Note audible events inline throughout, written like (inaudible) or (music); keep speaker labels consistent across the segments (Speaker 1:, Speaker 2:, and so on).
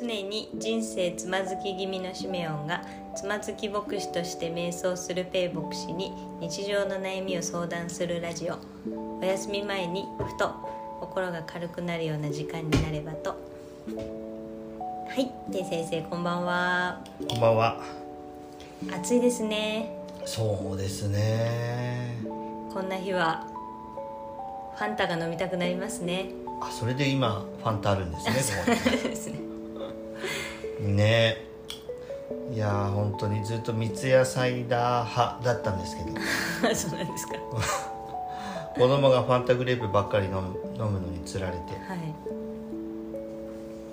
Speaker 1: 常に人生つまずき気味のシメオンがつまずき牧師として瞑想するペイ牧師に日常の悩みを相談するラジオお休み前にふと心が軽くなるような時間になればとはいペイ先生こんばんは
Speaker 2: こんばんは。
Speaker 1: 暑いですね
Speaker 2: そうですね。
Speaker 1: こんな日はファンタが飲みたくなりますね (laughs)
Speaker 2: あ、それで今ファンタあるんですね。こ
Speaker 1: ですね (laughs)
Speaker 2: こにね。いやー本当にずっと三ツ矢サイダー派だったんですけど
Speaker 1: そうなんですかは
Speaker 2: 子供がファンタグレープばっかり飲む飲むのにつられて
Speaker 1: いフ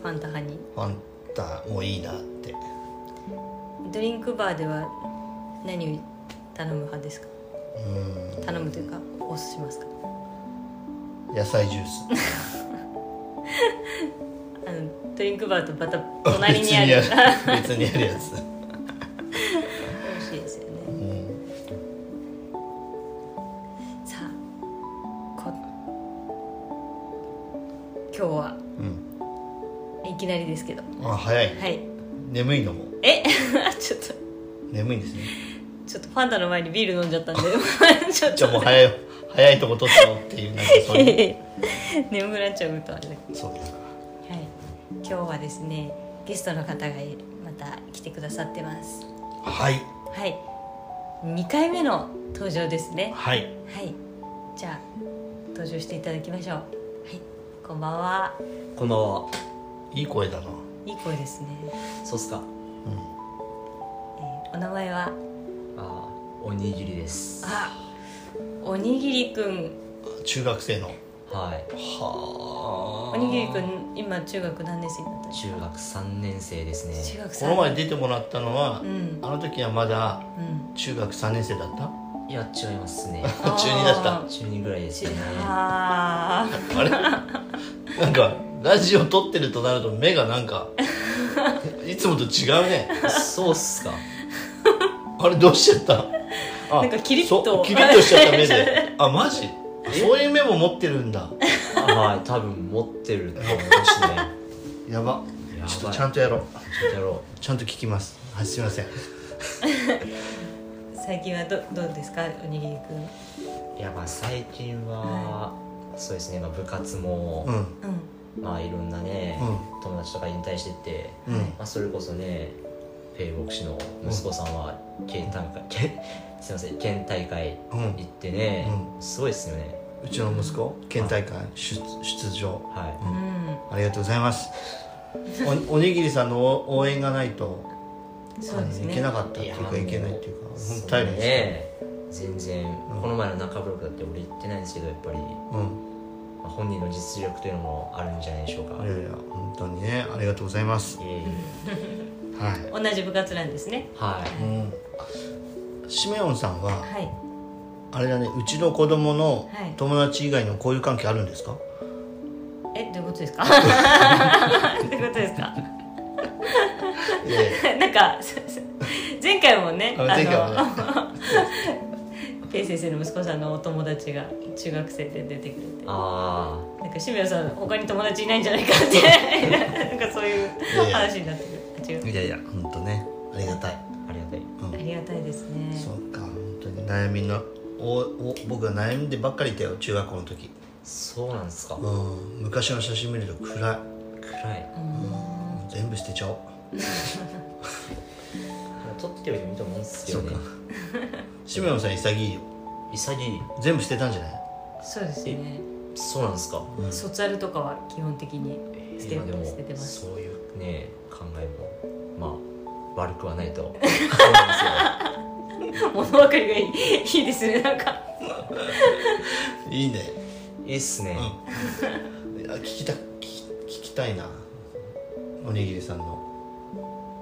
Speaker 1: ァンタ派に
Speaker 2: ファンタもういいなって
Speaker 1: ドリンクバーでは何を頼む派ですか
Speaker 2: う
Speaker 1: 頼むというかおすしますか
Speaker 2: ん野菜ジュース
Speaker 1: あのドリンクバーとまた (laughs) 隣にある
Speaker 2: 別にある別にあるやつ、
Speaker 1: 美味しいですよね
Speaker 2: うん、
Speaker 1: さあこ今日は
Speaker 2: うん、
Speaker 1: いきなりですけど
Speaker 2: あ早い
Speaker 1: はい
Speaker 2: 眠いのも
Speaker 1: え (laughs) ちょっと
Speaker 2: 眠いんですね
Speaker 1: ちょっとパンダの前にビール飲んじゃったんで (laughs) ちょっ
Speaker 2: じゃあもう早い早いとこ取っちゃおうっていうなんかそういう
Speaker 1: と (laughs) 眠くなっちゃうとあれだけど
Speaker 2: そうですか
Speaker 1: はい、今日はですねゲストの方がまた来てくださってます
Speaker 2: はい
Speaker 1: はい2回目の登場ですね
Speaker 2: はい
Speaker 1: はいじゃあ登場していただきましょうはいこんばんは
Speaker 3: こんばんはい
Speaker 2: い声だな。
Speaker 1: いい声ですね、
Speaker 3: そうっすか
Speaker 2: う
Speaker 1: えーお名前は
Speaker 3: あーおにぎりです
Speaker 1: あおにぎりくん
Speaker 2: ん。中学生の。は
Speaker 3: はい
Speaker 2: あ
Speaker 1: おにぎりく。ん今中学何年生だったんです
Speaker 3: 中学3年生ですね
Speaker 1: 中学
Speaker 2: こ
Speaker 1: 生
Speaker 2: の前出てもらったのは、
Speaker 1: うん
Speaker 2: あの時はまだ
Speaker 1: うん
Speaker 2: 中学三年生だった。
Speaker 3: いや違いますね
Speaker 1: あー
Speaker 2: (laughs) 中二だった
Speaker 3: 中2ぐらいですね
Speaker 1: あー (laughs)
Speaker 2: あれ。なんかラジオ撮ってるとなると目がなん
Speaker 1: (laughs)
Speaker 2: か。いつもと違うね。
Speaker 3: そうっすか
Speaker 2: あれどうしちゃった。あ
Speaker 1: なんかキリッと
Speaker 2: そうキリッとしちゃ
Speaker 1: (laughs)
Speaker 2: った目で。あマジ。そういう目も持ってるんだ。
Speaker 3: あはい多分持ってると思いますね
Speaker 2: やば
Speaker 3: やば。い
Speaker 2: ちょっとちゃんとやろう。
Speaker 3: ちょっとやろ
Speaker 2: ちゃんと聞きます。はいすみません。
Speaker 1: 最近はどどうですかおにぎりくん
Speaker 3: ういやまあ最近は、そうですね、まあ、部活も
Speaker 2: うん、
Speaker 1: うん
Speaker 3: まあいろんなね、
Speaker 2: う
Speaker 3: 友達とか引退してて、
Speaker 2: うん
Speaker 3: まあ、それこそねペイ牧師の息子さんは県大会、県すいません県大会
Speaker 2: うん
Speaker 3: 行ってね、すごいですよね
Speaker 2: うちの息子県大会出出場。
Speaker 3: は
Speaker 1: うん
Speaker 2: ありがとうございます。
Speaker 1: (laughs)
Speaker 2: おおにぎりさんの応援がないと、
Speaker 1: そうです
Speaker 2: あの
Speaker 1: ね
Speaker 2: いけなかったっ
Speaker 3: い
Speaker 2: ていうか
Speaker 3: も
Speaker 2: いけないっていうか、
Speaker 3: そ
Speaker 2: 本
Speaker 3: う
Speaker 2: 当大変で。
Speaker 3: ね全然、この前の中ブロックだって俺行ってないんですけどやっぱり、ます
Speaker 2: うん、
Speaker 3: あ、本人の実力というのもあるんじゃないでしょうか、
Speaker 2: いやいや本当にねありがとうございます。
Speaker 3: いえいえ
Speaker 2: はい。
Speaker 1: 同じ部活なんですね
Speaker 3: は
Speaker 2: うん。シメオンさんは
Speaker 1: はい
Speaker 2: あれだねうちの子供の
Speaker 1: はい
Speaker 2: 友達以外の交友関係あるんですか？
Speaker 1: えどういうことですか (laughs) どういうことですか
Speaker 2: いやいや
Speaker 1: なんかすす前回もね
Speaker 2: あの前回はね
Speaker 1: のペイ先生の息子さんのお友達が中学生で出てくれて
Speaker 3: あ
Speaker 1: なんか渋谷さん他に友達いないんじゃないかって (laughs) なんかそういう
Speaker 2: やいや
Speaker 1: 話になってくるあ違う
Speaker 2: (laughs) いやいや本当ねありがたい。
Speaker 3: あありがたい
Speaker 1: ありがたいですね
Speaker 2: そうか本当に悩みのおお僕は悩んでばっかりいたよ中学校の時。
Speaker 3: そうなんですか、
Speaker 2: うん昔の写真見ると暗い。
Speaker 3: 暗い
Speaker 2: 全部捨てちゃおう
Speaker 3: 撮っておいてもいいと思うんですけどね
Speaker 2: そうシメオンさん潔いよ
Speaker 3: 潔い
Speaker 2: 全部捨てたんじゃない
Speaker 1: そうですね
Speaker 3: そうなんですか
Speaker 1: 卒アルとかは基本的に捨て
Speaker 3: 今でも
Speaker 1: 捨ててます
Speaker 3: そういうね考えもまあ悪くはないと思いま
Speaker 1: (laughs) 物分かりがいいいいですねなんか
Speaker 2: いいね
Speaker 3: す
Speaker 2: (laughs)
Speaker 3: よいいっすね、
Speaker 2: うんいや聞きた聞き聞きたいなおにぎりさんの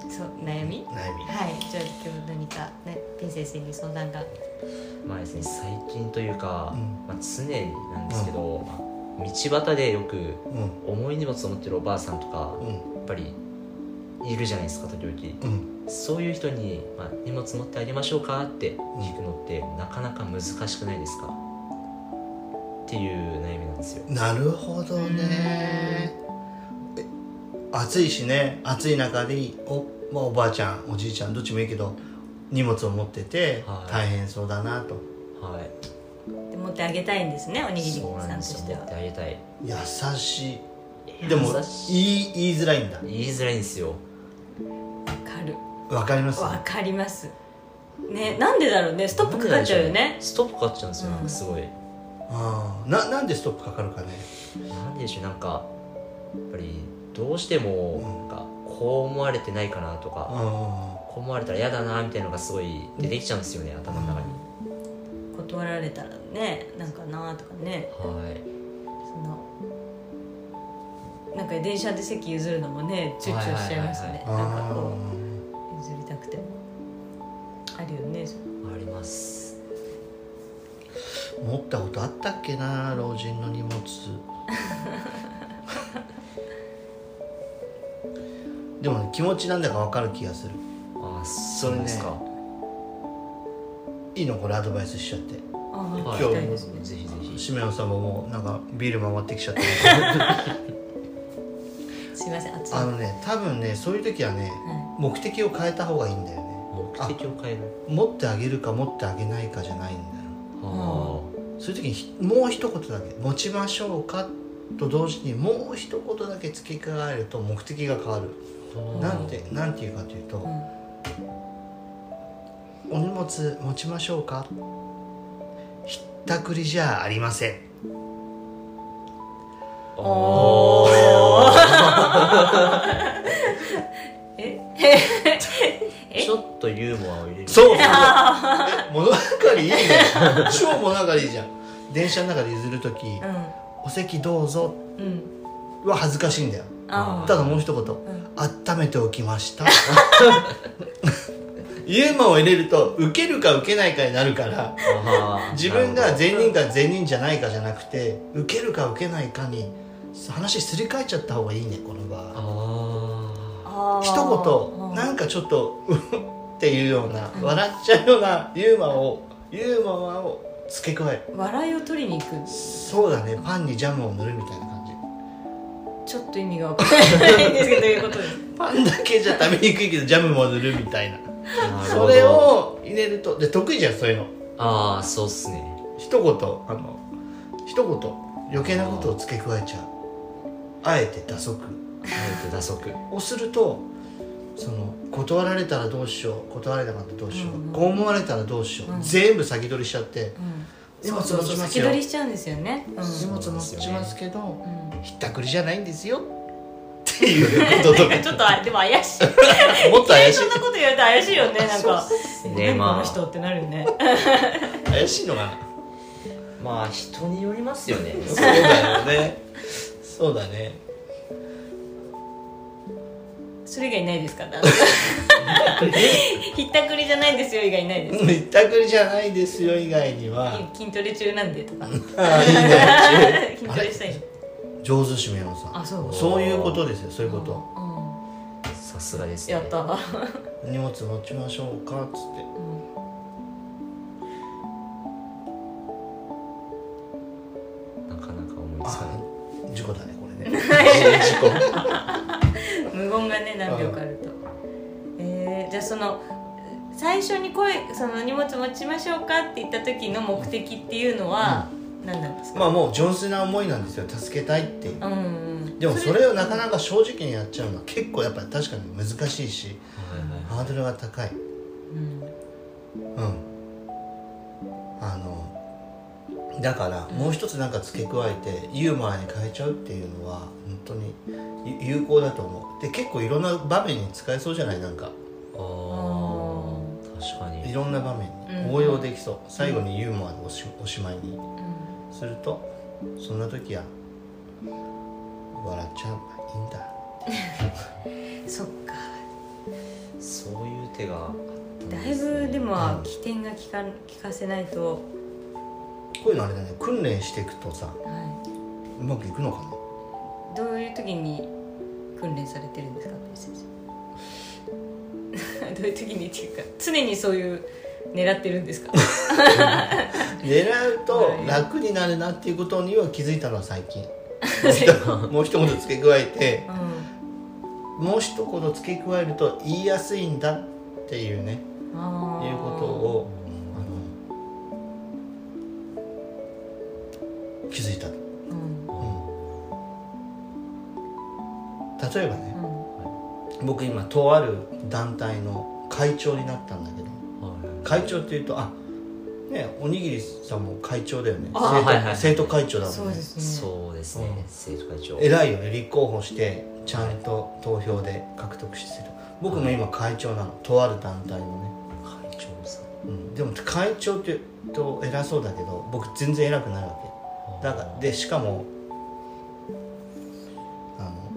Speaker 1: そう悩み
Speaker 2: 悩み
Speaker 1: はい、じゃあ今日何かね、ペン先生に相談が。
Speaker 3: まあですね最近というか、
Speaker 2: うん
Speaker 3: まあ、常になんですけど、まあ道端でよく
Speaker 2: うん
Speaker 3: 重い荷物を持ってるおばあさんとか、
Speaker 2: う
Speaker 3: や
Speaker 2: ん
Speaker 3: っぱりいるじゃないですか時々、
Speaker 2: うん
Speaker 3: そういう人に、まあ、荷物持ってあげましょうかって聞くのって、なかなか難しくないですかっていう悩みなんですよ
Speaker 2: なるほどねえ暑いしね暑い中でお,、まあ、おばあちゃんおじいちゃんどっちもいいけど荷物を持ってて
Speaker 3: はい
Speaker 2: 大変そうだなと、
Speaker 3: はい
Speaker 1: で持ってあげたいんですねおにぎり
Speaker 3: そうな
Speaker 1: さん
Speaker 3: んで
Speaker 1: と
Speaker 3: すよ
Speaker 1: して
Speaker 3: 持
Speaker 1: は
Speaker 3: ってあげたい
Speaker 2: 優しいでも
Speaker 3: 優し
Speaker 2: 言い言いづらいんだ
Speaker 3: 言いづらいんですよ
Speaker 1: わかる
Speaker 2: わかります
Speaker 1: わかりますねなんでだろうねストップかかっちゃうよね
Speaker 3: ストップかかっちゃうんですよなんかすごい、
Speaker 2: あーななんでストップかかるかね
Speaker 3: なんでしょうなんかやっぱりどうしても
Speaker 2: うん
Speaker 3: なんかこう思われてないかなとか、
Speaker 2: あ
Speaker 3: こう思われたら嫌だなみたいなのがすごい出てきちゃうんですよね、頭の中に
Speaker 1: 断られたらねなんかなとかね
Speaker 3: はい
Speaker 1: そのなんか電車で席譲るのもね躊躇しちゃいますね
Speaker 2: ー
Speaker 1: なん
Speaker 2: あ
Speaker 1: かこ
Speaker 2: ー
Speaker 1: う譲りたくてもあるよね
Speaker 3: あります
Speaker 2: 持ったことあったっけな老人
Speaker 1: (laughs)
Speaker 2: の荷物でも、ね、気持ちなんだかわかる気がする
Speaker 3: あそうですか、
Speaker 2: いいのこれアドバイスしちゃって
Speaker 1: ああ
Speaker 3: は
Speaker 1: 聞きたいですね
Speaker 3: ぜひぜひ
Speaker 2: シメオさんももうなんかビール回ってきち
Speaker 1: (laughs)
Speaker 2: ゃった
Speaker 1: すいません熱い
Speaker 2: あのね多分ねそういう時はね
Speaker 1: は
Speaker 2: 目的を変えた方がいいんだよね
Speaker 3: 目的を変える
Speaker 2: 持ってあげるか持ってあげないかじゃないんだよ
Speaker 3: は
Speaker 2: そういう時にひもう一言だけ「持ちましょうか」と同時にもう一言だけ付け加えると目的が変わる
Speaker 3: あ
Speaker 2: なんてなんていうかというと
Speaker 1: うん
Speaker 2: 「お荷物持ちましょうか」「ひったくりじゃありません」
Speaker 3: お
Speaker 1: え
Speaker 3: ちょっとユーモアを入れ
Speaker 2: (laughs)
Speaker 3: る
Speaker 2: そうそう物分かりいいね超物分かりいいじゃん電車の中で譲る時「お席どうぞ
Speaker 1: うんうん」
Speaker 2: は恥ずかしいんだよ
Speaker 1: あ
Speaker 2: ただもう一言
Speaker 1: ん
Speaker 2: 「温めておきました」ユーモアを入れると受けるか受けないかになるから
Speaker 3: あー
Speaker 2: 自分が善人か善人じゃないかじゃなくて受けるか受けないかに話すり替えちゃった方がいいねこの場合
Speaker 3: あ
Speaker 1: あ
Speaker 2: 一
Speaker 1: う
Speaker 2: 言
Speaker 1: ん
Speaker 2: なんかちょっとうんっていうような笑っちゃうようなユーモアをユーモアを付け加える
Speaker 1: 笑いを取りに行く
Speaker 2: そうだねパンにジャムを塗るみたいな感じ
Speaker 1: ちょっと意味がわからないんですけどどういうことです
Speaker 2: パンだけじゃ食べにくいけどジャムも塗るみたいな
Speaker 3: ーなるほ
Speaker 2: そ
Speaker 3: ど
Speaker 2: れを入れるとで得意じゃんそういうの
Speaker 3: ああそうっすね
Speaker 2: 一言あの一言余計なことを付け加えちゃうあえて打足
Speaker 3: あえて打足
Speaker 2: をするとその断られたらどうしよう断られなかったらどうしよう、
Speaker 1: うんうん
Speaker 2: こう思われたらどうしよう、
Speaker 1: うん
Speaker 2: 全部先取りしちゃって
Speaker 1: うん
Speaker 2: 荷
Speaker 1: そう
Speaker 2: 物
Speaker 1: そう
Speaker 2: 持
Speaker 1: そう
Speaker 2: ちます
Speaker 1: 先
Speaker 2: よ
Speaker 1: 取
Speaker 2: 荷
Speaker 1: りしちゃうんですよねうん
Speaker 3: そう
Speaker 2: 物持ちますけど
Speaker 1: う
Speaker 2: ひったくりじゃないんです
Speaker 1: (laughs)
Speaker 2: よっていうこととか
Speaker 1: んちょっとあでも怪しい
Speaker 2: もっと怪しい
Speaker 1: そんなこと言われたら怪しいよねなんか
Speaker 3: ねまあ
Speaker 1: この人ってなるよね
Speaker 2: 怪しいのかな
Speaker 3: まあ人によりますよね
Speaker 2: そうだよねそうだね
Speaker 1: それ以外ないですか (laughs) ひったくりじゃないですよ以外ないです
Speaker 2: ひったくりじゃないですよ以外には
Speaker 1: 筋トレ中なんでとか
Speaker 2: ああいいね (laughs)
Speaker 1: (laughs) 筋トレしたい
Speaker 2: 上手しめよさん
Speaker 1: あそう
Speaker 2: そういうことですよそういうこと
Speaker 1: と
Speaker 3: さすがですね
Speaker 1: やった
Speaker 2: 荷物持ちましょうかっつって
Speaker 3: なかなか思いつかな
Speaker 2: あ
Speaker 3: い
Speaker 2: 事故だねこ (laughs) れね
Speaker 3: 事故
Speaker 1: 無言がね何秒かあるとえー、じゃあその最初に声その荷物持ちましょうかって言った時の目的っていうのは何なんですか、
Speaker 2: まあもう純粋な思いなんですよ助けたいっていう
Speaker 1: うんうん
Speaker 2: でもそれをなかなか正直にやっちゃうのは結構やっぱり確かに難しいし
Speaker 3: はいはい
Speaker 2: ハードルが高い
Speaker 1: うん
Speaker 2: うんあのだからもう一つなんか付け加えてユーモアに変えちゃうっていうのは本当に有有効だと思うで結構いろんな場面に使えそうじゃないなんか
Speaker 3: ああ確か
Speaker 2: い
Speaker 3: に
Speaker 2: ろんな場面
Speaker 1: うん
Speaker 2: に応用できそう、最後にユーモアでおしおしまいにするとそんな時は笑っちゃえばいいんだ
Speaker 1: うんそっか
Speaker 3: そういう手があったん
Speaker 1: だい
Speaker 3: すね
Speaker 1: ぶで
Speaker 2: う
Speaker 1: も
Speaker 2: ん
Speaker 1: 起点が聞か聞かせないと、
Speaker 2: こういうのあれだね訓練していくとさ
Speaker 1: は、
Speaker 2: うまくいくのかない
Speaker 1: どういう時に訓練されてるんですか先生 (laughs) どういう時にっていうか常にそういう狙ってるん
Speaker 2: (laughs)
Speaker 1: ですか
Speaker 2: 狙うと楽になるなっていう
Speaker 3: (laughs)
Speaker 2: ことには気づいたのは最近もう一言付け加えて
Speaker 1: うん
Speaker 2: もう一言付け加えると言いやすいんだっていうね
Speaker 1: あー
Speaker 2: いうことをあの気づいた、う
Speaker 1: うん
Speaker 2: ん、例えばね
Speaker 1: うん
Speaker 2: 僕今とある団体の会長になったんだけど会長っていうとあねおにぎりさんも会長だよね生徒,、
Speaker 3: あーはいはい
Speaker 2: 生徒会長だもん
Speaker 1: そう
Speaker 2: ね
Speaker 1: ですね
Speaker 3: そうですね、
Speaker 2: うん
Speaker 3: 生徒会長
Speaker 2: 偉いよね立候補してちゃんと投票で獲得してる僕も今会長なのとある団体のね、
Speaker 3: 会長さん
Speaker 2: うん、でも会長って言うと偉そうだけど僕全然偉くないわけだからでしかもあの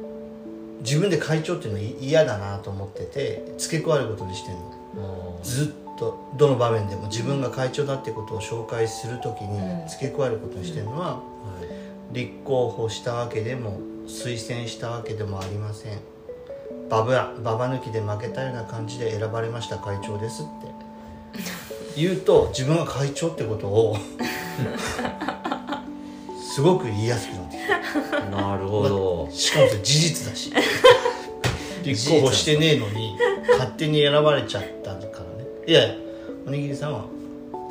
Speaker 2: 自分で会長っていうのい嫌だなと思ってて付け加えることにしてんのずっとどの場面でも自分が会長だってことを紹介するとき
Speaker 1: う
Speaker 2: に
Speaker 1: ん
Speaker 2: 付け加えることにしてるのは、
Speaker 3: はい
Speaker 2: 立候補したわけでも推薦したわけでもありませんバブラババ抜きで負けたような感じで選ばれました会長ですって言うと自分が会長ってことをすごく言いやすくなってきた
Speaker 3: なるほど
Speaker 2: しかもそれ事実だし立候補してねえのに勝手に選ばれちゃったからねいやいやおにぎりさんは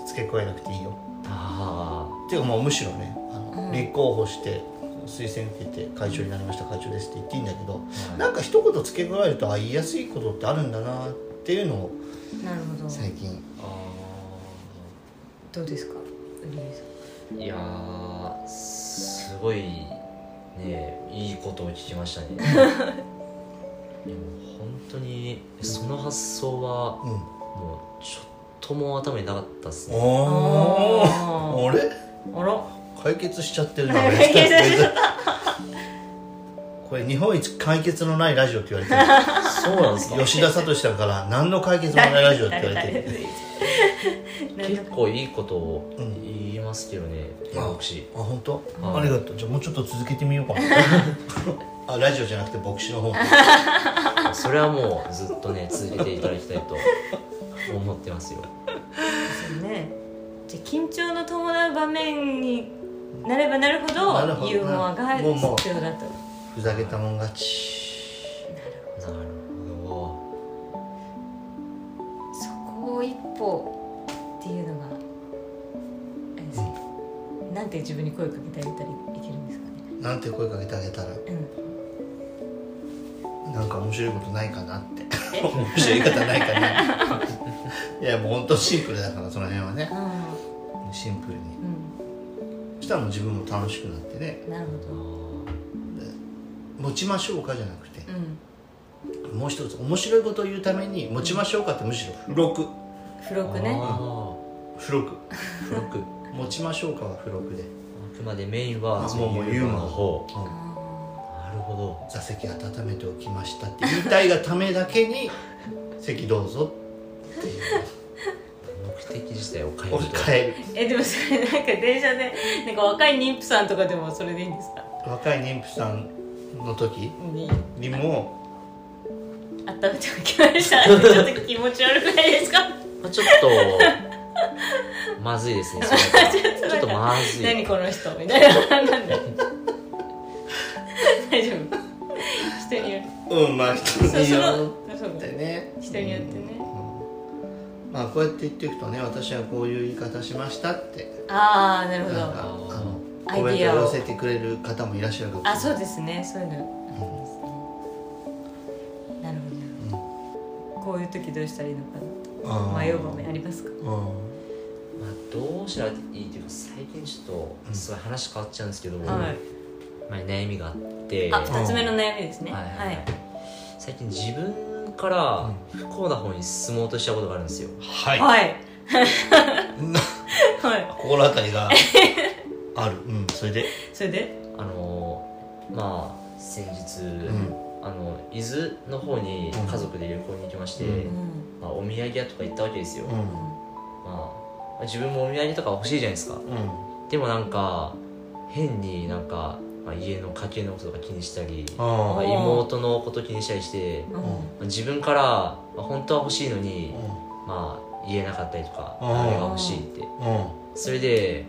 Speaker 2: 付け加えなくていいよ
Speaker 3: あ
Speaker 2: っていうかもうむしろねあの、
Speaker 1: うん
Speaker 2: 立候補して推薦受けて会長になりました会長ですって言っていいんだけど、
Speaker 3: い
Speaker 2: なんか一言付け加えるとあ言いやすいことってあるんだなっていうのを
Speaker 1: なるほど
Speaker 2: 最近
Speaker 3: ーあ
Speaker 1: どうですかウリエさん
Speaker 3: ーいやーすごいねいいことを聞きましたねいやもう本当にその発想は
Speaker 2: うん
Speaker 3: もうちょっとも頭になかったですね
Speaker 2: おー
Speaker 1: あ
Speaker 2: あれ
Speaker 1: ーあら
Speaker 2: 解決しちゃってるな
Speaker 1: (laughs) 解決しちゃっ
Speaker 2: これ日本一解決のないラジオって言われて
Speaker 3: そうなん
Speaker 1: (laughs)
Speaker 3: (laughs) ですか
Speaker 2: る吉田聡さんから何の解決もないラジオって言われ
Speaker 1: 誰
Speaker 2: てる
Speaker 1: (laughs) 誰
Speaker 3: 結構いいことを
Speaker 2: うん
Speaker 3: 言いますけどね、
Speaker 2: まあ
Speaker 3: 牧師
Speaker 2: あ本当
Speaker 3: うん
Speaker 2: ありがとうじゃあもうちょっと続けて
Speaker 1: (laughs)
Speaker 2: みようかなあラジオじゃなくて牧師の方
Speaker 3: それはもうずっとね続けていただきたいと思ってますよ
Speaker 1: ですよねじゃあ緊張の伴う場面になればなるほ
Speaker 2: なる
Speaker 1: ど
Speaker 2: ほど
Speaker 1: ユーモアが
Speaker 2: もうもう
Speaker 1: 必要だと
Speaker 2: ふざけたもん勝ち
Speaker 3: なるほ
Speaker 1: そこを一歩っていうのがあれですねなんて自分に声かけてあげたらいけるんですかね
Speaker 2: なんて声かけてあげたら
Speaker 1: うん
Speaker 2: なんか面白いことないかなって面白い言い方ないかないやもう本当シンプルだからその辺はね
Speaker 1: あ
Speaker 2: シンプルに
Speaker 1: ーう
Speaker 2: そしたらもう自分も楽しくなってね
Speaker 1: んなるほ
Speaker 3: ど
Speaker 1: ど
Speaker 2: 持ちましょうかじゃなくて
Speaker 1: うん
Speaker 2: もう一つ面白いことを言うために持ちましょうかってむしろ付録
Speaker 1: 付録ね
Speaker 3: あ
Speaker 2: 付録
Speaker 3: ー付録
Speaker 2: 持ちましょうかは付録で
Speaker 3: あくまでメインは
Speaker 2: あ
Speaker 3: その
Speaker 2: もう
Speaker 3: ユーモアの方
Speaker 2: うん
Speaker 1: あ
Speaker 3: なるほ
Speaker 2: 座席温めておきましたって言いたいがためだけに席どうぞって (laughs) いう
Speaker 3: ど目的自体を変え
Speaker 2: 俺
Speaker 3: ると
Speaker 2: 変える
Speaker 1: ーえでもそれなんか電車でなんか若い妊婦さんとかでもそれでいいんですか
Speaker 2: 若い妊婦さんの時
Speaker 1: に
Speaker 2: にも
Speaker 1: 温めておきま
Speaker 3: (laughs)
Speaker 1: したってちょっと気持ち悪くないですか
Speaker 3: まあちょっとまずいですねそれは (laughs) ちょっとまずい
Speaker 1: 何この人みたいな (laughs) なんだ大丈夫人による
Speaker 2: うんまあ人
Speaker 1: そう
Speaker 2: に
Speaker 1: そ
Speaker 2: よ
Speaker 1: のそう
Speaker 2: ってね
Speaker 1: 人によってね
Speaker 2: うんまあこうやって言っていくとね私はこういう言い方しましたって
Speaker 1: ああなる
Speaker 2: な
Speaker 1: ほ
Speaker 2: んか
Speaker 1: ど
Speaker 2: あの
Speaker 1: ア
Speaker 2: コ
Speaker 1: イ
Speaker 2: メン
Speaker 1: ディ
Speaker 2: ト
Speaker 1: ア
Speaker 2: を
Speaker 1: を
Speaker 2: 寄せてくれる方もいらっしゃるかもしれない
Speaker 1: あそうですねそういうのなるほどこういう時どうしたらいいのかな
Speaker 2: あ
Speaker 1: と
Speaker 2: ー
Speaker 1: 迷う場面ありますか
Speaker 2: う
Speaker 3: まあ、どうしたらいいっていうか最近ちょっ
Speaker 2: うん
Speaker 3: とすごい話変わっちゃうんですけど、
Speaker 1: はい
Speaker 3: まあ、悩みがあって
Speaker 1: あ二つ目の悩みですね
Speaker 3: は
Speaker 1: はい
Speaker 3: はいはい
Speaker 1: い
Speaker 3: 最近自分から不幸な方に進もうとしたことがあるんですよ、
Speaker 2: んはい
Speaker 1: はい
Speaker 2: な
Speaker 1: はい
Speaker 2: 心当たりがあるうんそれで
Speaker 1: それで
Speaker 3: あのーまあ先日、
Speaker 2: ん
Speaker 3: あの伊豆の方に
Speaker 2: うん
Speaker 3: 家族で旅行に行きまして、
Speaker 2: う
Speaker 1: うん
Speaker 3: まあ、お土産屋とか行ったわけですよ、
Speaker 2: う
Speaker 3: ま
Speaker 2: ん
Speaker 3: あ自分もお土産とか欲しいじゃないですか
Speaker 2: うん
Speaker 3: でもなんか変になんか、まあ、家の家計のこととか気にしたり、ま
Speaker 2: あ
Speaker 3: あ、
Speaker 2: あ
Speaker 3: 妹のこと気にしたりして、
Speaker 1: う
Speaker 2: うん
Speaker 1: ん
Speaker 3: まあ自分から、まあ、本当は欲しいのに、まあ言えなかったりとか
Speaker 2: うん
Speaker 3: あれが欲しいって
Speaker 2: うん
Speaker 3: それで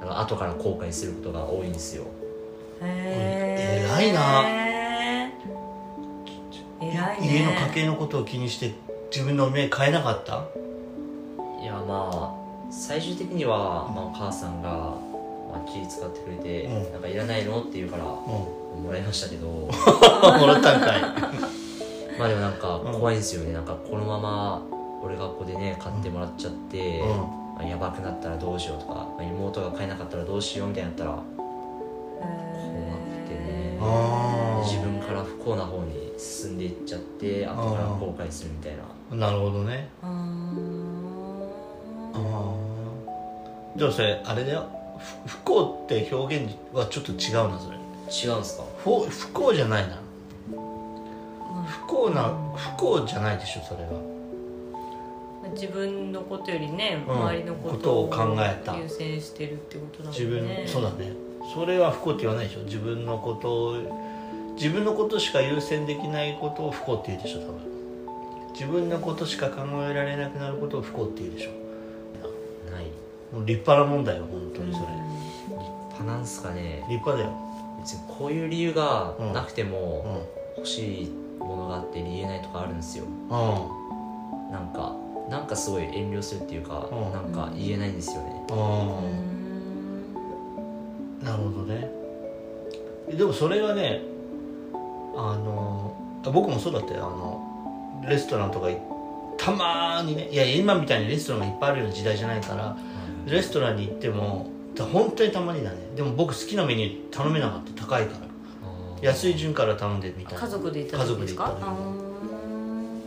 Speaker 3: あの後から後悔することが多いんですよ
Speaker 1: へー
Speaker 2: 偉いな
Speaker 1: へー偉いね
Speaker 2: 家の家計のことを気にして自分の目変えなかった
Speaker 3: いやまあ最終的には、まあ、お母さんが、まあ、気使ってくれて、
Speaker 2: うん
Speaker 3: なんかいらないのって言うから
Speaker 2: うん
Speaker 1: (laughs)
Speaker 2: も
Speaker 3: もらいましたけ
Speaker 2: (laughs)
Speaker 3: ど
Speaker 2: らったんかい
Speaker 3: まあでもなんか
Speaker 2: うん
Speaker 3: 怖いんですよね、なんかこのまま俺がここでね買ってもらっちゃって、
Speaker 2: うん
Speaker 3: まあやばくなったらどうしようとか、まあ妹が買えなかったらどうしようみたいになったら
Speaker 1: 怖
Speaker 3: くてね
Speaker 2: あー
Speaker 3: 自分から不幸な方に進んでいっちゃって後から後悔するみたいな
Speaker 2: なるほどね
Speaker 1: あ
Speaker 2: ああでもそれあれだよふ不幸って表現はちょっと違うなそれ
Speaker 3: 違うんですか
Speaker 2: 不不幸じゃないな
Speaker 1: ま
Speaker 2: 不幸な不幸じゃないでしょそれは
Speaker 1: あ自分のことよりね、
Speaker 2: うん
Speaker 1: 周りのこ
Speaker 2: こと
Speaker 1: と
Speaker 2: を
Speaker 1: を
Speaker 2: 考えた
Speaker 1: 優先してるってことだもんね
Speaker 2: 自分、そうだねそれは不幸って言わないでしょ自分のことを自分のことしか優先できないことを不幸って言うでしょ多分自分のことしか考えられなくなることを不幸って言うでしょ
Speaker 3: ない
Speaker 2: もう立派な問題よ本当にそれ、
Speaker 3: 立派なんすかね
Speaker 2: 立派だよ
Speaker 3: 別にこういう理由がなくて
Speaker 2: う
Speaker 3: も
Speaker 2: ん
Speaker 3: 欲しいものがあって理由ないとかあるんですよ
Speaker 2: うん
Speaker 3: なんかなんかすごい遠慮するっていうか、
Speaker 2: うん
Speaker 3: なんか言えないんですよね
Speaker 2: うん、なるほどねでもそれがねあの僕もそうだったよあのレストランとかいたまーにねいや今みたいにレストランがいっぱいあるような時代じゃないからレストランに行ってもだ本当にたまにだねでも僕好きなメニュー頼めなかった高いから安い順から頼んでみたいな
Speaker 1: 家族で行った時ですか
Speaker 2: 家族で行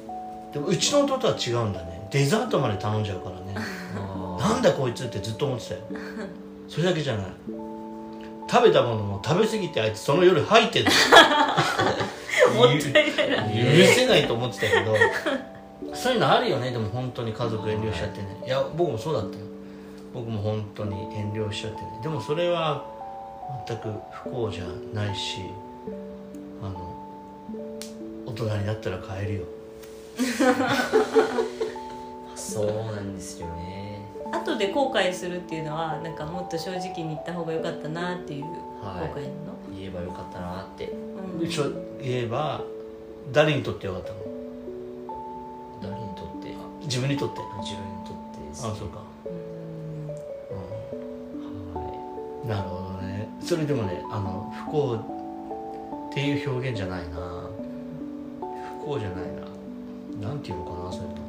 Speaker 2: っ
Speaker 1: あ
Speaker 2: た時でもうちの弟は違うんだねデザートまで頼んじゃうからねな
Speaker 3: あ
Speaker 2: んだこいつってずっと思ってたよそれだけじゃない食べたものも食べ過ぎてあいつその夜吐いてる
Speaker 1: (laughs)
Speaker 2: もったいない許せないと思ってたけどそういうのあるよねでも本当に家族遠慮しちゃってねいや僕もそうだったよ僕も本当に遠慮しちゃってねでもそれは全く不幸じゃないしあの大人になったら買えるよ
Speaker 3: ーそうなんですよね
Speaker 1: ー後で後悔するっていうのはなんかもっと正直に言った方が良かったなっていう後
Speaker 3: は
Speaker 1: 悔
Speaker 3: い
Speaker 1: なの、
Speaker 3: 言えばよかったなって
Speaker 1: うん
Speaker 2: 一応言えば誰にとってよかったの
Speaker 3: 誰にとって
Speaker 2: 自分にとって
Speaker 3: 自分にとってですね
Speaker 2: あそうか、
Speaker 3: は
Speaker 2: うん、なるほどねそれでもねあの不幸っていう表現じゃないな不幸じゃないななんていうのかなそれと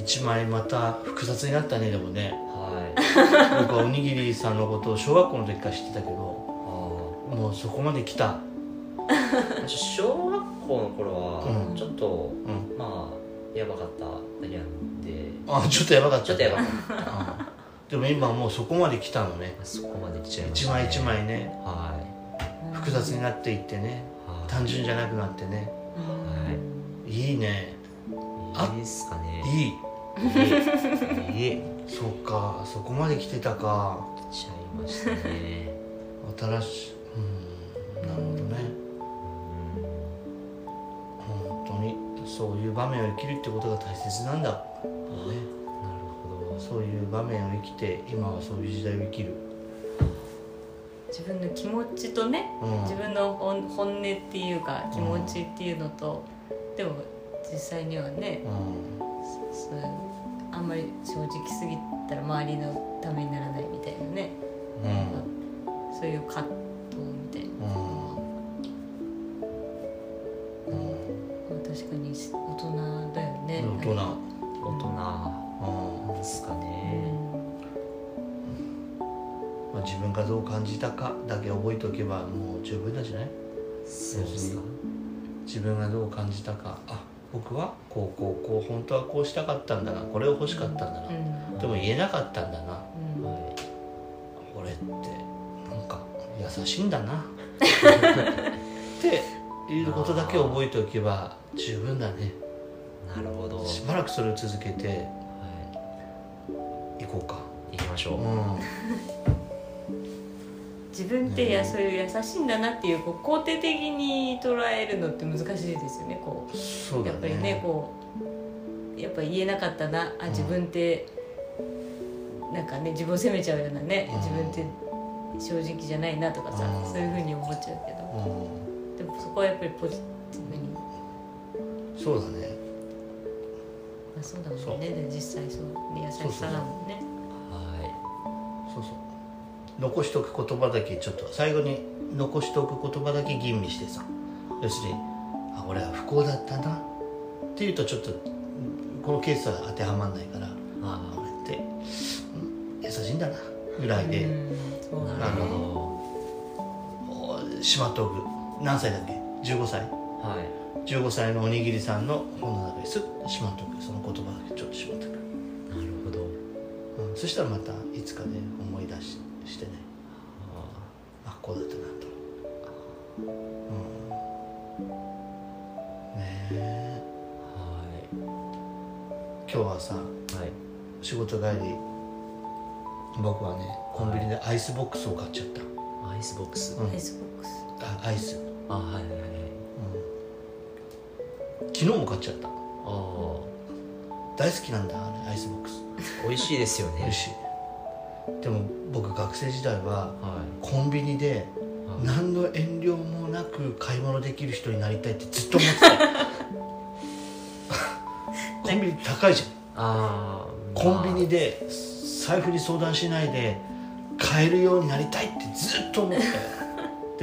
Speaker 2: 一枚また複雑になったねでもね
Speaker 3: いはい
Speaker 2: 僕はおにぎりさんのことを小学校の時から知ってたけど
Speaker 3: あー
Speaker 2: もうそこまで来た
Speaker 3: 小学校の頃
Speaker 2: う
Speaker 3: は
Speaker 1: ん
Speaker 3: ちょっと、
Speaker 2: うん
Speaker 3: まあやばかっただけなんで
Speaker 2: あちょっとやばかった
Speaker 3: ちょっとやばかっ
Speaker 2: うんでも今もうそこまで来たのね
Speaker 3: たそこまで来ちゃいまし
Speaker 2: 一
Speaker 3: た、ね、
Speaker 2: 枚一枚ね
Speaker 3: は
Speaker 2: 複雑になっていってね
Speaker 3: いはい
Speaker 2: 単純じゃなくなってねいいね
Speaker 3: いいですかね
Speaker 2: いい
Speaker 3: いいいい
Speaker 2: そっかそこまで来てたか
Speaker 3: 来ちゃいましたね
Speaker 2: 新しいうーんなるほどね本当にそういう場面を生きるってことが大切なんだ、ね、
Speaker 3: うんなるほど
Speaker 2: そういう場面を生きて今はそういう時代を生きる、
Speaker 1: 自分の気持ちとね
Speaker 2: うん、
Speaker 1: 自分の本本音っていうか気持ちっていうのと、でも実際にはね
Speaker 2: うん
Speaker 1: そうあんまり正直すぎたら周りのためにならないみたいなね、
Speaker 2: うん
Speaker 1: そういう葛藤みたいな、
Speaker 2: うんうん
Speaker 1: まあ確かに大人だよね
Speaker 2: 大人
Speaker 1: なんか
Speaker 3: 大人
Speaker 2: うん
Speaker 3: ですかね
Speaker 2: まあ自分がどう感じたかだけ覚えておけばもう十分なんじゃない
Speaker 3: そうですか
Speaker 2: 自分がどう感じたかあ僕はこうこうこう本当はこうしたかったんだなこれを欲しかったんだな、
Speaker 1: うん
Speaker 2: でも言えなかったんだな
Speaker 1: うん
Speaker 3: はい
Speaker 2: 俺ってなんか優しいんだなっていうことだけ覚えておけば十分だね
Speaker 3: なるほどは
Speaker 2: しばらくそれを続けて
Speaker 3: い
Speaker 2: いこうか
Speaker 3: 行きましょう、
Speaker 2: う
Speaker 1: 自分ってや、
Speaker 2: うん
Speaker 1: そういう優しいんだなっていうこう肯定的に捉えるのって難しいですよねこ
Speaker 2: んそう
Speaker 1: う
Speaker 2: だ
Speaker 1: やっぱり
Speaker 2: ね
Speaker 1: ねこうやっぱ言えなかったなあ
Speaker 2: うん
Speaker 1: 自分って、なんかね自分を責めちゃうようなね、
Speaker 2: うん
Speaker 1: 自分って正直じゃないなとかさ、
Speaker 2: うん
Speaker 1: そういうふうに思っちゃうけど
Speaker 2: うん
Speaker 1: でもそこはやっぱりポジティブに
Speaker 2: そうだね
Speaker 1: まあ、そうだもんねで実際そう優しさだもんね
Speaker 3: は
Speaker 2: そうそう残しておく言葉だけちょっと最後に残しておく言葉だけ吟味してさ要するに「あ俺は不幸だったな」っていうとちょっとこのケースは当てはまんないから
Speaker 3: い
Speaker 2: あ
Speaker 3: あ
Speaker 2: 俺ってうん優しいんだなぐらいで、
Speaker 1: うんそうだ
Speaker 3: あ
Speaker 1: ね
Speaker 3: なる
Speaker 2: あ
Speaker 3: ほ
Speaker 2: おしまっておく何歳だっけ15歳
Speaker 3: どは
Speaker 2: 15歳のおにぎりさんの本の中にすっとしまっておくその言葉だけちょっとしまっておく、
Speaker 3: いなるほど
Speaker 2: うん、そしたらまたいつかね思い出ししてね
Speaker 3: あ
Speaker 2: あこうだったなとうんねえ
Speaker 3: ー
Speaker 2: 今
Speaker 3: は
Speaker 2: 日はさ
Speaker 3: いはい
Speaker 2: 仕事帰り僕はねコンビニでアイスボックスを買っちゃった、
Speaker 3: アイスボックス、
Speaker 2: うん
Speaker 1: フェイスボックス
Speaker 2: あアイス、うん、
Speaker 3: あはいはいはい
Speaker 2: 昨日も買っちゃった
Speaker 3: あ
Speaker 2: 大好きなんだあれアイスボックス
Speaker 3: あ美味しいですよね
Speaker 2: 美味しいでも僕学生時代は
Speaker 3: は
Speaker 2: コンビニで
Speaker 3: いはい
Speaker 2: 何の遠慮もなく買い物できる人になりたいってずっと思ってた (laughs) コンビニ高いじゃん
Speaker 3: あー
Speaker 2: コンビニ
Speaker 3: で
Speaker 2: で財布に相談しないで買えるようになりたいってずっと思って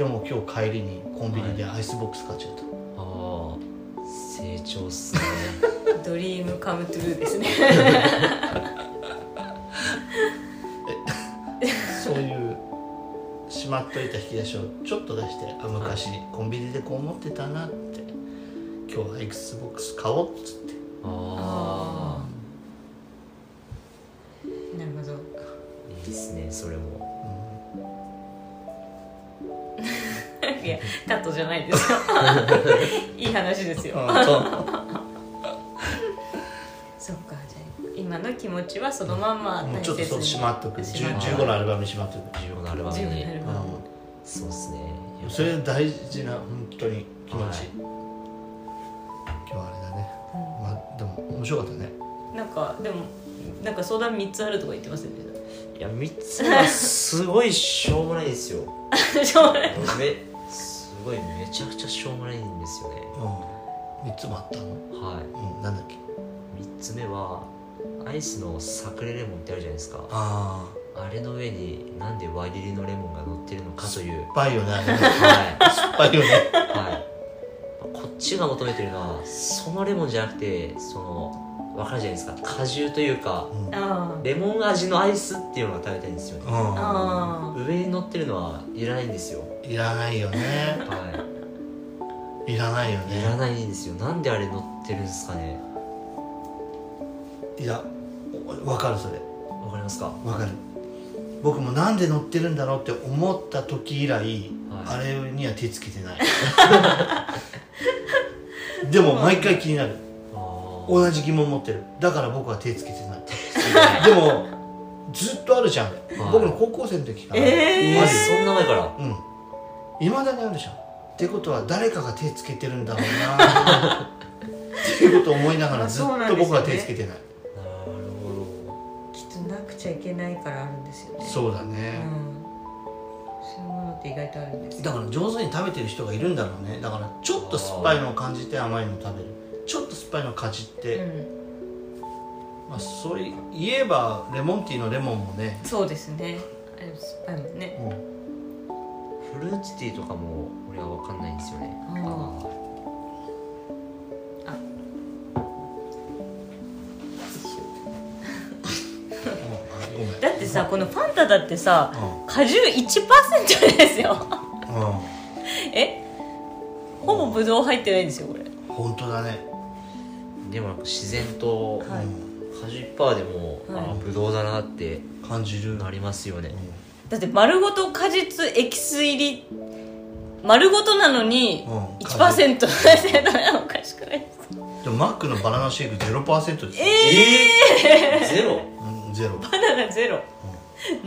Speaker 2: (laughs) でも今日帰りにコンビニでアイスボックス買っちゃった、
Speaker 3: あー成長っすね
Speaker 1: ドリームカムトゥルーですね
Speaker 2: そういうしまっといた引き出しをちょっと出してあ昔コンビニでこう思ってたなって今日はアイスボックス買おうっつって
Speaker 3: あ
Speaker 1: なるほど
Speaker 3: あいいっすねそれも
Speaker 1: (laughs) いやカットじゃない (laughs) ですよいい話ですよ
Speaker 2: あそう
Speaker 1: そっかじゃあ今の気持ちはそのまんま
Speaker 2: もう
Speaker 1: 大
Speaker 2: ちょっと
Speaker 1: 切
Speaker 2: そう
Speaker 1: に
Speaker 2: しまっとく
Speaker 1: しまっとく
Speaker 2: 15のアルバムにしまっとく、
Speaker 3: 重要なアルバム
Speaker 1: 自分
Speaker 3: に
Speaker 1: になるわ
Speaker 2: う
Speaker 3: そうっすねいや
Speaker 2: ん、それ大事な本当に気持ち、今日はあれだねまあでも面白かったね
Speaker 1: なんかでもなんか相談3つあるとか言ってません (laughs) でし
Speaker 3: いや3つはすごいしょうもないですよ
Speaker 1: たしょうがない
Speaker 3: めすごいめちゃくちゃしょうもないんですよね
Speaker 2: うん3つもあったの
Speaker 3: は
Speaker 2: うんなんだっけ
Speaker 3: い3つ目はアイスのサクレレモンってあるじゃないですか
Speaker 2: あ
Speaker 3: あれの上になんで輪切りのレモンが乗ってるのかという
Speaker 2: あバイよねあれ
Speaker 3: はい
Speaker 2: 酸っぱいよね
Speaker 3: はいこっちが求めてるのはそのレモンじゃなくてその分かるじゃないですか果汁というか
Speaker 2: うん
Speaker 1: (laughs) あ
Speaker 3: レモン味のアイスっていうのが食べたいんですよね
Speaker 1: ああ
Speaker 3: 上に乗ってるのはいらないんですよ
Speaker 2: うんいらないよね
Speaker 3: はい
Speaker 2: いらないよ
Speaker 3: いら
Speaker 2: ね
Speaker 3: ないんですよなんであれ乗ってるんですかね
Speaker 2: いやわかるそれ
Speaker 3: わかりますか
Speaker 2: わかる僕もなんで乗ってるんだろうって思った時以来、あれには手つけてない (laughs) でも毎回気になる
Speaker 3: あー
Speaker 2: 同じ疑問持ってるだから僕は手つけてないでもずっとあるじゃん、僕の高校生の時から、
Speaker 1: え
Speaker 3: え
Speaker 2: あるよ
Speaker 3: そんな前から
Speaker 2: うんいまだにあるじゃんってことは誰かが手つけてるんだろう
Speaker 1: (laughs)
Speaker 2: なっていうことを思いながらずっ
Speaker 1: そうなん
Speaker 2: と
Speaker 1: ですよね
Speaker 2: 僕は手つけてない
Speaker 3: なるほ
Speaker 1: きっとなくちゃいけないからあるんですよねう、
Speaker 2: そうだ
Speaker 1: う
Speaker 2: ね、
Speaker 1: ん、そういうものって意外とあるんです
Speaker 2: だ
Speaker 1: よ
Speaker 2: から上手に食べてる人がいるんだろうねだからちょっと酸っぱいのを感じて甘いのを食べるちょっと酸っぱいのをかじって、
Speaker 1: うん、
Speaker 2: まあ、それ言えばレモンティーのレモンもね、
Speaker 1: そうですねあれ酸っぱいもんね
Speaker 2: うん、
Speaker 3: どフルーツティーとかも俺は分かんないんですよね
Speaker 1: あー
Speaker 2: ごめん
Speaker 1: だってさこのファンタだってさ
Speaker 2: う
Speaker 1: 果汁1%ですよ (laughs)
Speaker 2: ん、うん、
Speaker 1: えほぼブドウ入ってないんですよこれ
Speaker 2: 本当だね、
Speaker 3: でもなんか自然と
Speaker 1: はい
Speaker 2: うん
Speaker 3: 果汁パーでも、
Speaker 1: はい
Speaker 3: ああブドウだなって
Speaker 2: 感じる
Speaker 3: なりますよね、
Speaker 1: だって丸ごと果実エキス入り丸ごとなのに
Speaker 2: うん
Speaker 1: 1%の (laughs) せたらおかしくないですか
Speaker 2: でもマックのバナナシェイク0%ですよ、
Speaker 3: えー、ゼロ
Speaker 2: うん、ゼロ
Speaker 1: バナナゼロ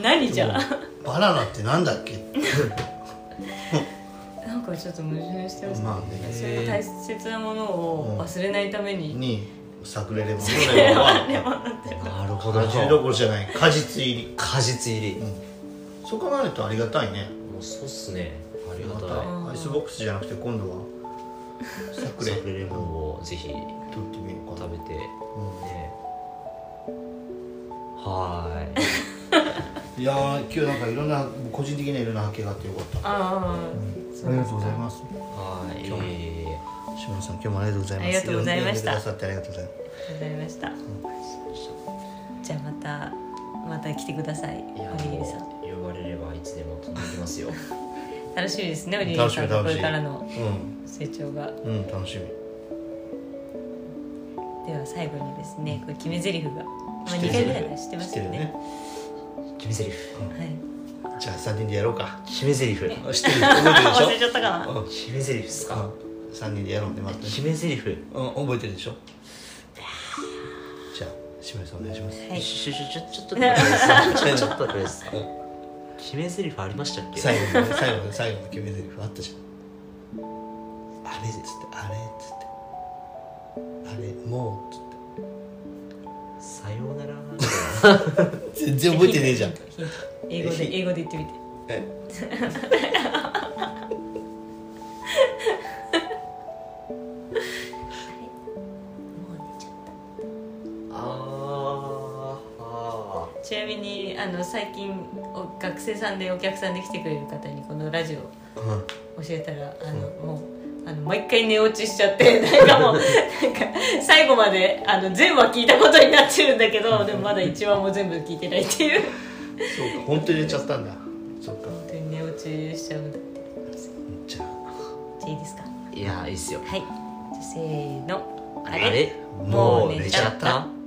Speaker 1: 何じゃあ
Speaker 2: バナナってなんだっけ
Speaker 1: なんかちょっと矛盾してますね
Speaker 2: まあね
Speaker 1: そういう大切なものを忘れないために、 (laughs)
Speaker 2: に作れればそ
Speaker 1: そ
Speaker 2: れ
Speaker 1: れはレモ
Speaker 2: は
Speaker 1: ンなんだよ
Speaker 3: なるほど
Speaker 2: 果汁どころじゃない果実入り、
Speaker 3: 果実入り、
Speaker 2: うん、そう考えるとありがたいね
Speaker 3: もうそうっすねありがたい
Speaker 2: アイスボックスじゃなくて今度はサクレレモンを
Speaker 3: をぜひ
Speaker 2: 取ってみようかな
Speaker 3: 食べて
Speaker 2: う
Speaker 3: ねはーい
Speaker 2: んいやー今日なんかいろんな個人的にはいろんな発見があってよかった
Speaker 1: あ
Speaker 2: うんありがとうございます
Speaker 3: はーい
Speaker 2: 今日も
Speaker 3: えいえいえ
Speaker 2: 志村さん今日もありがとうございます
Speaker 1: ありがとうございました
Speaker 2: 呼んでくださってありがとうございます
Speaker 1: ありがとうございましたじゃあまたまた来てください
Speaker 3: いや
Speaker 1: おにぎりさん
Speaker 3: もう呼ばれればいつでも飛んできますよ
Speaker 1: 楽しみですねおにぎりさんのこ
Speaker 2: 楽しみ楽しみ
Speaker 1: れからの
Speaker 2: うん
Speaker 1: 成長が
Speaker 2: うん楽しみ
Speaker 1: では最後にですねこれ決め台詞が、まあ、
Speaker 2: 知っ
Speaker 1: 2
Speaker 2: てる
Speaker 1: 回ぐらいは知ってますよね
Speaker 2: 知ってるよ
Speaker 3: 決め台詞
Speaker 1: はい
Speaker 2: じゃあ3人でやろう
Speaker 1: (laughs)
Speaker 2: か
Speaker 3: 決め台詞
Speaker 2: 知ってる覚えてるでし
Speaker 1: 忘
Speaker 2: ょ
Speaker 1: れちゃったかな
Speaker 2: うん
Speaker 3: 決め台詞ですか
Speaker 2: 3人でやろうねまたね
Speaker 3: 決め台詞
Speaker 2: うん覚えてるでしょじゃあ志村さんお願いします
Speaker 1: はい
Speaker 3: ちょちょちょちょっと待ってくださいちょちょっと待ってください決め台詞ありましたっけ
Speaker 2: 最後のね最後の最後の決め台詞あったじゃんあれっつってあれっつってあれもうっつっ
Speaker 3: さようなら
Speaker 2: て全然覚えてねえじゃん
Speaker 1: ヒントヒント英語で英語で言ってみて
Speaker 2: え
Speaker 1: もう寝ちゃっ
Speaker 3: あーあ
Speaker 1: たちなみにあの最近お学生さんでお客さんで来てくれる方にこのラジオを
Speaker 2: うん
Speaker 1: 教えたらあの、もうあの毎回寝落ちしちゃって (laughs) なんかもうなんか最後まであの全話聞いたことになってるんだけ
Speaker 3: (laughs)
Speaker 1: どでもまだ1話も全部聞いてないっていう
Speaker 2: そうか本当に寝ちゃったんだそうか
Speaker 1: 本当に寝落ちしちゃうんだって
Speaker 2: じゃあ
Speaker 1: じゃあいいですかは
Speaker 3: ーいやーいいっすよ
Speaker 1: いじゃあせーの
Speaker 3: あれ
Speaker 1: も
Speaker 3: も
Speaker 1: う
Speaker 3: う
Speaker 1: 寝
Speaker 3: 寝
Speaker 1: ち
Speaker 3: ち
Speaker 1: ゃ
Speaker 3: ゃ
Speaker 1: っ
Speaker 3: ったた